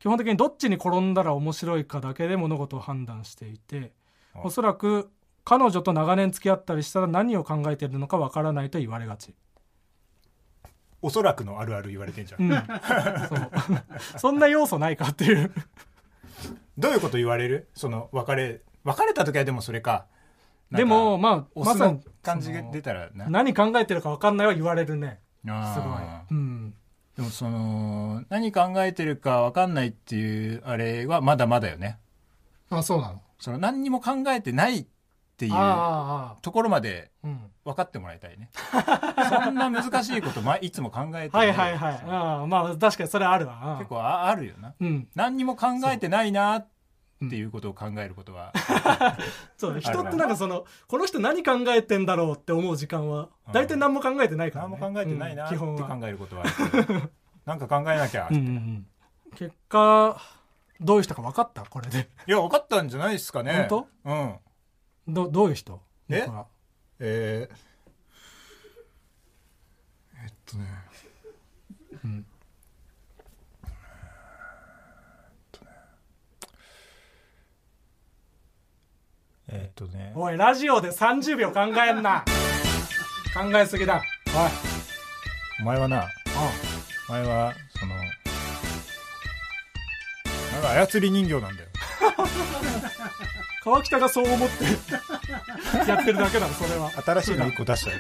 [SPEAKER 3] 基本的にどっちに転んだら面白いかだけで物事を判断していて
[SPEAKER 2] あ
[SPEAKER 3] おそらく彼女と長年付き合ったりしたら何を考えてるのかわからないと言われがち、
[SPEAKER 2] あおそらくのあるある言われてんじゃ
[SPEAKER 3] うん ん、そうそんな要素ないかっていう
[SPEAKER 2] どういうこと言われるその別れ別れた時はでもそれかなんか
[SPEAKER 3] でもまあ
[SPEAKER 2] お
[SPEAKER 3] ま
[SPEAKER 2] 酢
[SPEAKER 3] さ
[SPEAKER 2] の
[SPEAKER 3] に
[SPEAKER 2] 感じ
[SPEAKER 3] そ
[SPEAKER 2] が
[SPEAKER 3] の
[SPEAKER 2] 出たらな
[SPEAKER 3] 何考えてるかわかんないは言われるねすごい
[SPEAKER 2] あー、
[SPEAKER 3] うん、
[SPEAKER 2] でもその何考えてるか分かんないっていうあれはまだまだよね
[SPEAKER 3] あそうなの
[SPEAKER 2] その何にも考えてないっていう
[SPEAKER 3] あああ
[SPEAKER 2] ところまで
[SPEAKER 3] あうん
[SPEAKER 2] 分かってもらいたいねそんな難しいこと、ま、いつも考えてな
[SPEAKER 3] はいはいはいああまあ確かにそれあるわ
[SPEAKER 2] 結構ああるよな
[SPEAKER 3] うん
[SPEAKER 2] 何にも考えてないなっていうことを考えることは、
[SPEAKER 3] そう人
[SPEAKER 2] ある
[SPEAKER 3] ってなんかそのこの人何考えてんだろうって思う時間は
[SPEAKER 2] うん
[SPEAKER 3] 大体何も考えてないから、
[SPEAKER 2] 何
[SPEAKER 3] ね、
[SPEAKER 2] も考えてないなっ
[SPEAKER 3] うん
[SPEAKER 2] て
[SPEAKER 3] 基本は
[SPEAKER 2] 考えることはなんか考えなきゃ、
[SPEAKER 3] うんう
[SPEAKER 2] い
[SPEAKER 3] んうん結果どういう人か分かったこれで
[SPEAKER 2] や分かったんじゃないですかね
[SPEAKER 3] 本
[SPEAKER 2] 当うん
[SPEAKER 3] どどういう人
[SPEAKER 2] え
[SPEAKER 3] 僕は
[SPEAKER 2] えー、えっとね
[SPEAKER 3] うん
[SPEAKER 2] えっとね
[SPEAKER 3] おいラジオで30秒考えんな考えすぎ
[SPEAKER 2] お
[SPEAKER 3] だ
[SPEAKER 2] いお前はな
[SPEAKER 3] う
[SPEAKER 2] お前はそのなんか操り人形なんだよ
[SPEAKER 3] ん川北がそう思ってやってる だけだろそれは
[SPEAKER 2] 新しいの一個出したよ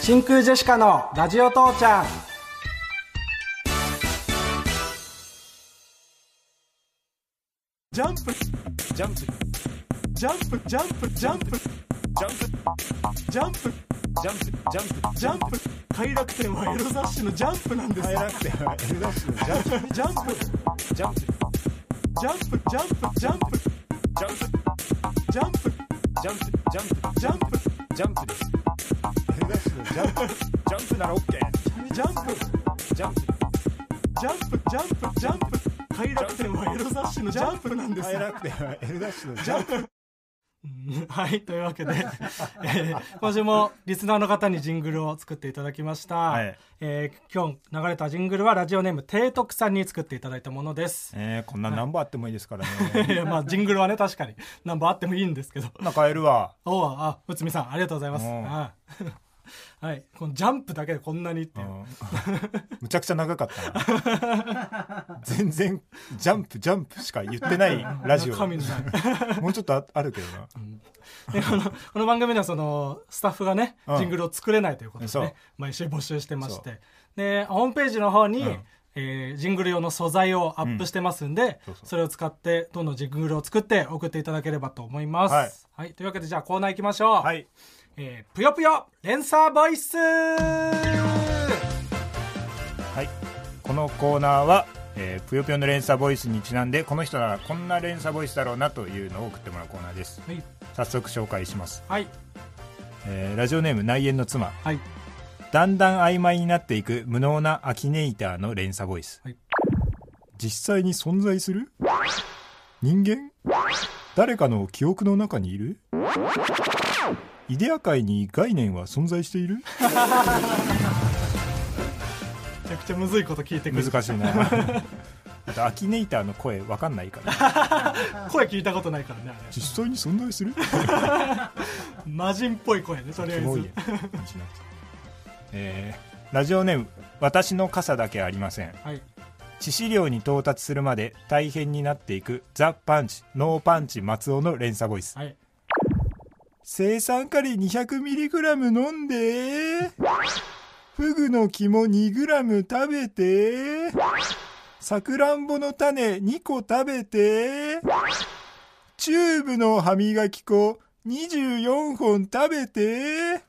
[SPEAKER 3] 真空ジェシカのラジオ父ちゃんジャンプ
[SPEAKER 2] ジャンプ
[SPEAKER 3] ジャンプジャンプジャンプ
[SPEAKER 2] ジャンプ
[SPEAKER 3] ジャンプ
[SPEAKER 2] ジャンプジャンプ
[SPEAKER 3] ジャンプ快楽天はエロ雑誌のジャンプなんです
[SPEAKER 2] 入らなくて L ダッシュのジャンプ
[SPEAKER 3] ジャンプ
[SPEAKER 2] ジャンプ
[SPEAKER 3] ジャンプジャンプジャンプ
[SPEAKER 2] ジャンプ
[SPEAKER 3] ジ
[SPEAKER 2] ジャ
[SPEAKER 3] ャンプ
[SPEAKER 2] ンプジャンプ
[SPEAKER 3] ジャンプ
[SPEAKER 2] ジャンプです L ダッシュのジャンプジャンプなら OK
[SPEAKER 3] ジャンプ
[SPEAKER 2] ジャンプ
[SPEAKER 3] ジャンプジャンプジャンプ快楽天はエロ雑誌のジャンプなんです
[SPEAKER 2] 入らなくて L ダッシュのジャンプ
[SPEAKER 3] うん はいというわけで、えー今週もリスナーの方にジングルを作っていただきました、
[SPEAKER 2] はい
[SPEAKER 3] えー今日流れたジングルはラジオネーム提徳さんに作っていただいたものです、
[SPEAKER 2] えー、こんなナンバーあってもいいですから
[SPEAKER 3] い
[SPEAKER 2] ね
[SPEAKER 3] や まあジングルはね確かに何本あってもいいんですけど
[SPEAKER 2] なんかえるわ
[SPEAKER 3] おうあ内海さんありがとうございます
[SPEAKER 2] うん
[SPEAKER 3] ああ はいこのジャンプだけでこんなにっていう、
[SPEAKER 2] むちゃくちゃ長かったな全然ジャンプジャンプしか言ってないラジオ
[SPEAKER 3] 中身のな い
[SPEAKER 2] もうちょっとああるけどな
[SPEAKER 3] でこのこの番組ではそのスタッフがね、
[SPEAKER 2] うん
[SPEAKER 3] ジングルを作れないということで、
[SPEAKER 2] そ
[SPEAKER 3] ね
[SPEAKER 2] う、
[SPEAKER 3] 毎週募集してまし
[SPEAKER 2] そ
[SPEAKER 3] てでホームページの方に、
[SPEAKER 2] うん
[SPEAKER 3] えージングル用の素材をアップしてますんで、そ
[SPEAKER 2] そうそう
[SPEAKER 3] れを使ってどんどんジングルを作って送っていただければと思います、は
[SPEAKER 2] はいい
[SPEAKER 3] というわけでじゃあコーナー行きましょう、
[SPEAKER 2] はい
[SPEAKER 3] えーぷよぷよレンサーボイス
[SPEAKER 2] はいこのコーナーはえーぷよぷよの連鎖ボイスにちなんでこの人ならこんな連鎖ボイスだろうなというのを送ってもらうコーナーです
[SPEAKER 3] はい
[SPEAKER 2] 早速紹介します、
[SPEAKER 3] はい
[SPEAKER 2] えーラジオネーム内縁の妻
[SPEAKER 3] はい
[SPEAKER 2] だんだん曖昧になっていく無能なアキネイターの連鎖ボイス、
[SPEAKER 3] はい
[SPEAKER 2] 実際に存在する人間誰かの記憶の中にいるイデア界に概念は存在している
[SPEAKER 3] めちゃくちゃむずいこと聞いてくる
[SPEAKER 2] 難しいなあとアキネイターの声わかんないから
[SPEAKER 3] 声聞いたことないからねあれ
[SPEAKER 2] 実際に存在する
[SPEAKER 3] 魔人っぽい声ねとりあえ
[SPEAKER 2] キ
[SPEAKER 3] ず
[SPEAKER 2] モいねえーラジオネーム私の傘だけありません
[SPEAKER 3] はい
[SPEAKER 2] 致死量に到達するまで大変になっていくザ・パンチノーパンチ松尾の連鎖ボイス
[SPEAKER 3] はい
[SPEAKER 2] 生酸カリ 200mg 飲んでフグの肝 2g 食べてさくらんぼの種2個食べてチューブの歯磨き粉24本食べて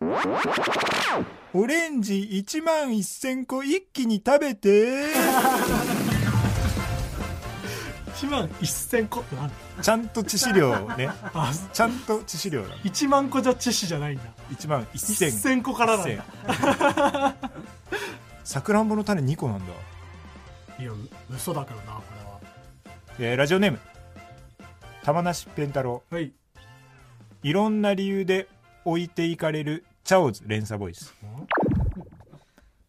[SPEAKER 2] オレンジ1万1000個一気に食べて
[SPEAKER 3] 1万1000個って何
[SPEAKER 2] ちゃんと致死量ね
[SPEAKER 3] あ
[SPEAKER 2] ちゃんと致死量なの
[SPEAKER 3] 1万個じゃ致死じゃないんだ
[SPEAKER 2] 1万1000
[SPEAKER 3] 1000個からなんだ
[SPEAKER 2] さくらんぼの種2個なんだ、
[SPEAKER 3] いやう嘘だけどなこれは
[SPEAKER 2] えーラジオネーム玉梨ペン太郎
[SPEAKER 3] はい
[SPEAKER 2] いろんな理由で置いていかれるチャオズ連鎖ボイス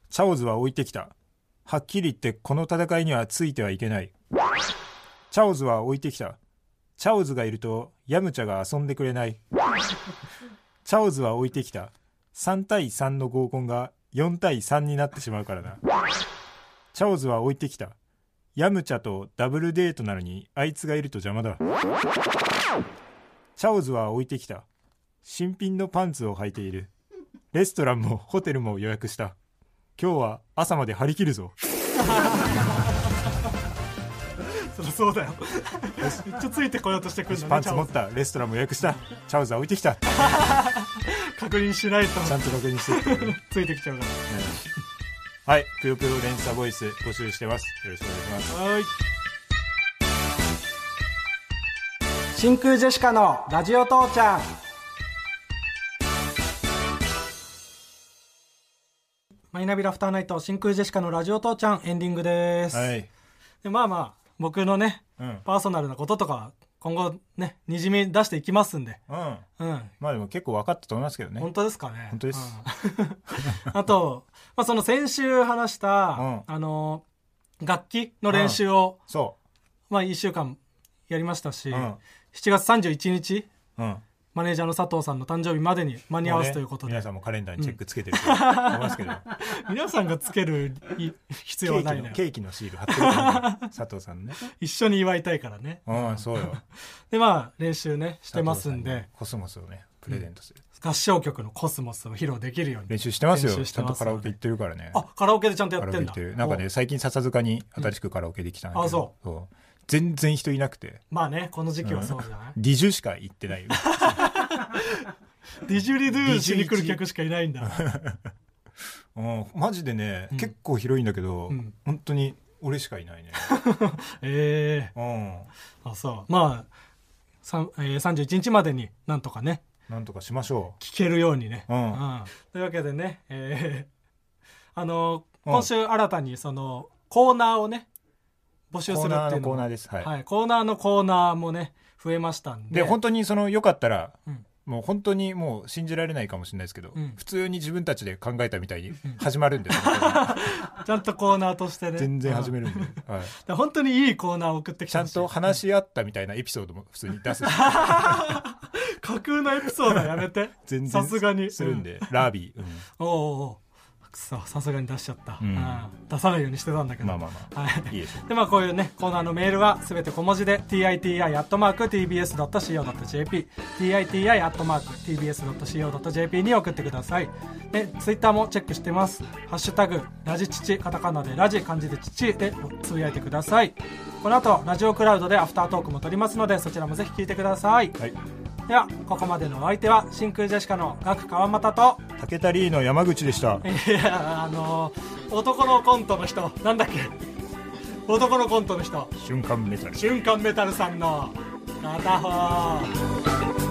[SPEAKER 2] チャオズは置いてきたはっきり言ってこの戦いにはついてはいけないチャオズは置いてきたチャオズがいるとヤムチャが遊んでくれないチャオズは置いてきた3対3の合コンが4対3になってしまうからなチャオズは置いてきたヤムチャとダブルデートなのにあいつがいると邪魔だチャオズは置いてきた新品のパンツを履いているレストランもホテルも予約した今日は朝まで張り切るぞ
[SPEAKER 3] そりゃそうだよめっちゃついてこようとしてくるんだね
[SPEAKER 2] パンツ
[SPEAKER 3] ちゃん
[SPEAKER 2] 持ったレストランも予約したチャオズは置いてきたち
[SPEAKER 3] 確認しないと
[SPEAKER 2] ゃんと確認して
[SPEAKER 3] ついてきちゃうか
[SPEAKER 2] はいぷよぷよ連鎖ボイス募集してますよろしくお願いします
[SPEAKER 3] らはい真空ジェシカのラジオ父ちゃんマイナビラフターナイト真空ジェシカのラジオ父ちゃんエンディングです、
[SPEAKER 2] はい
[SPEAKER 3] でまあまあ僕のね
[SPEAKER 2] うん
[SPEAKER 3] パーソナルなこととかは今後ねにじみ出していきますんで
[SPEAKER 2] うん
[SPEAKER 3] うん
[SPEAKER 2] まあでも結構分かったと思いますけどね
[SPEAKER 3] 本当ですかね
[SPEAKER 2] 本当です、
[SPEAKER 3] うん あと、まあ、その先週話した、
[SPEAKER 2] ん
[SPEAKER 3] あの楽器の練習を、
[SPEAKER 2] そ
[SPEAKER 3] まあ、1週間やりましたし、
[SPEAKER 2] ううん
[SPEAKER 3] 7月31日
[SPEAKER 2] うん
[SPEAKER 3] マネージャーの佐藤さんの誕生日までに間に合わすということで、
[SPEAKER 2] もね皆さんもカレンダーにチェックつけてると思いますけど
[SPEAKER 3] 皆さん がつけるい必
[SPEAKER 2] ケ
[SPEAKER 3] 要は
[SPEAKER 2] ー
[SPEAKER 3] な
[SPEAKER 2] キ
[SPEAKER 3] い
[SPEAKER 2] の
[SPEAKER 3] ね
[SPEAKER 2] ケーキのシール貼ってると思う佐藤さんのね
[SPEAKER 3] 一緒に祝いたいからね
[SPEAKER 2] うんそうよ
[SPEAKER 3] でまあ練習ねし
[SPEAKER 2] して
[SPEAKER 3] ますんで
[SPEAKER 2] コスモスをねプレゼントする、
[SPEAKER 3] 合唱曲の「コスモス」を披露できるように
[SPEAKER 2] 練習してますよ
[SPEAKER 3] 練習し
[SPEAKER 2] ち
[SPEAKER 3] て
[SPEAKER 2] ゃん
[SPEAKER 3] ま
[SPEAKER 2] と
[SPEAKER 3] す
[SPEAKER 2] カラオケ行ってるからね
[SPEAKER 3] あカラオケでちゃんとや
[SPEAKER 2] カ
[SPEAKER 3] っ
[SPEAKER 2] ラオケ
[SPEAKER 3] て
[SPEAKER 2] 行
[SPEAKER 3] んだ
[SPEAKER 2] ってるなんかね最近笹塚に新しくカラオケできたんだけど
[SPEAKER 3] あそ
[SPEAKER 2] そう全然人いなくて
[SPEAKER 3] おまあねこの時期はそうじゃない、
[SPEAKER 2] ディジュしか行って ないよ
[SPEAKER 3] ディジュリドゥしに来る客しかいないんだ
[SPEAKER 2] うんマジでね、
[SPEAKER 3] うん
[SPEAKER 2] 結構広いんだけど、
[SPEAKER 3] うん
[SPEAKER 2] 本当に俺しかいないね
[SPEAKER 3] ええ
[SPEAKER 2] うん
[SPEAKER 3] あそうまあさん、えー、31日までになんとかね
[SPEAKER 2] なんとかしましょ
[SPEAKER 3] 聞けるようにね、
[SPEAKER 2] うん
[SPEAKER 3] というわけでね、えー あの
[SPEAKER 2] うん
[SPEAKER 3] 今週新たにそのコーナーをね募
[SPEAKER 2] う
[SPEAKER 3] 集
[SPEAKER 2] コ
[SPEAKER 3] す
[SPEAKER 2] ー
[SPEAKER 3] る
[SPEAKER 2] ナー
[SPEAKER 3] って
[SPEAKER 2] の
[SPEAKER 3] いう
[SPEAKER 2] コー
[SPEAKER 3] の
[SPEAKER 2] ナー
[SPEAKER 3] も
[SPEAKER 2] ですはい、
[SPEAKER 3] はい、コーナーのコーナーもね増えましたん
[SPEAKER 2] で
[SPEAKER 3] で
[SPEAKER 2] 本当にそのよかったら
[SPEAKER 3] うん
[SPEAKER 2] もう本当にもう信じられないかもしれないですけど、
[SPEAKER 3] うん
[SPEAKER 2] 普通に自分たちで考えたみたいに始まるんですよ、
[SPEAKER 3] ちゃんとコーナーとしてね
[SPEAKER 2] 全然始
[SPEAKER 3] め
[SPEAKER 2] めるんで、はい、
[SPEAKER 3] 本当にいいコーナーを送ってき
[SPEAKER 2] ちゃ
[SPEAKER 3] た
[SPEAKER 2] んと話し合ったみたいなエピソードも普通に 出すし
[SPEAKER 3] 架空のエピソードやめて
[SPEAKER 2] 全然
[SPEAKER 3] さすがに
[SPEAKER 2] するんで、ラービー、う
[SPEAKER 3] おうおうおうくそさすがに出しちゃった、
[SPEAKER 2] うん
[SPEAKER 3] あー出さないようにしてたんだけ
[SPEAKER 2] ん、
[SPEAKER 3] ど
[SPEAKER 2] まあまあまあ
[SPEAKER 3] はい
[SPEAKER 2] いいです
[SPEAKER 3] でまあこういうねコーナーのメールはすべて小文字で titi.tbs.co.jp titi.tbs.co.jp に送ってくださいでツイッターもチェックしてます「ハッシュタグラジチチ」カタカナでラジ漢字でチチでつぶやいてくださいこの後ラジオクラウドでアフタートークも撮りますのでそちらもぜひ聞いてください
[SPEAKER 2] はい
[SPEAKER 3] ではここまでのお相手は真空ジェシカのガク川又と
[SPEAKER 2] 竹田リーの山口でした
[SPEAKER 3] いやあのー男のコントの人なんだっけ男のコントの人
[SPEAKER 2] 瞬間メタル
[SPEAKER 3] 瞬間メタルさんの片方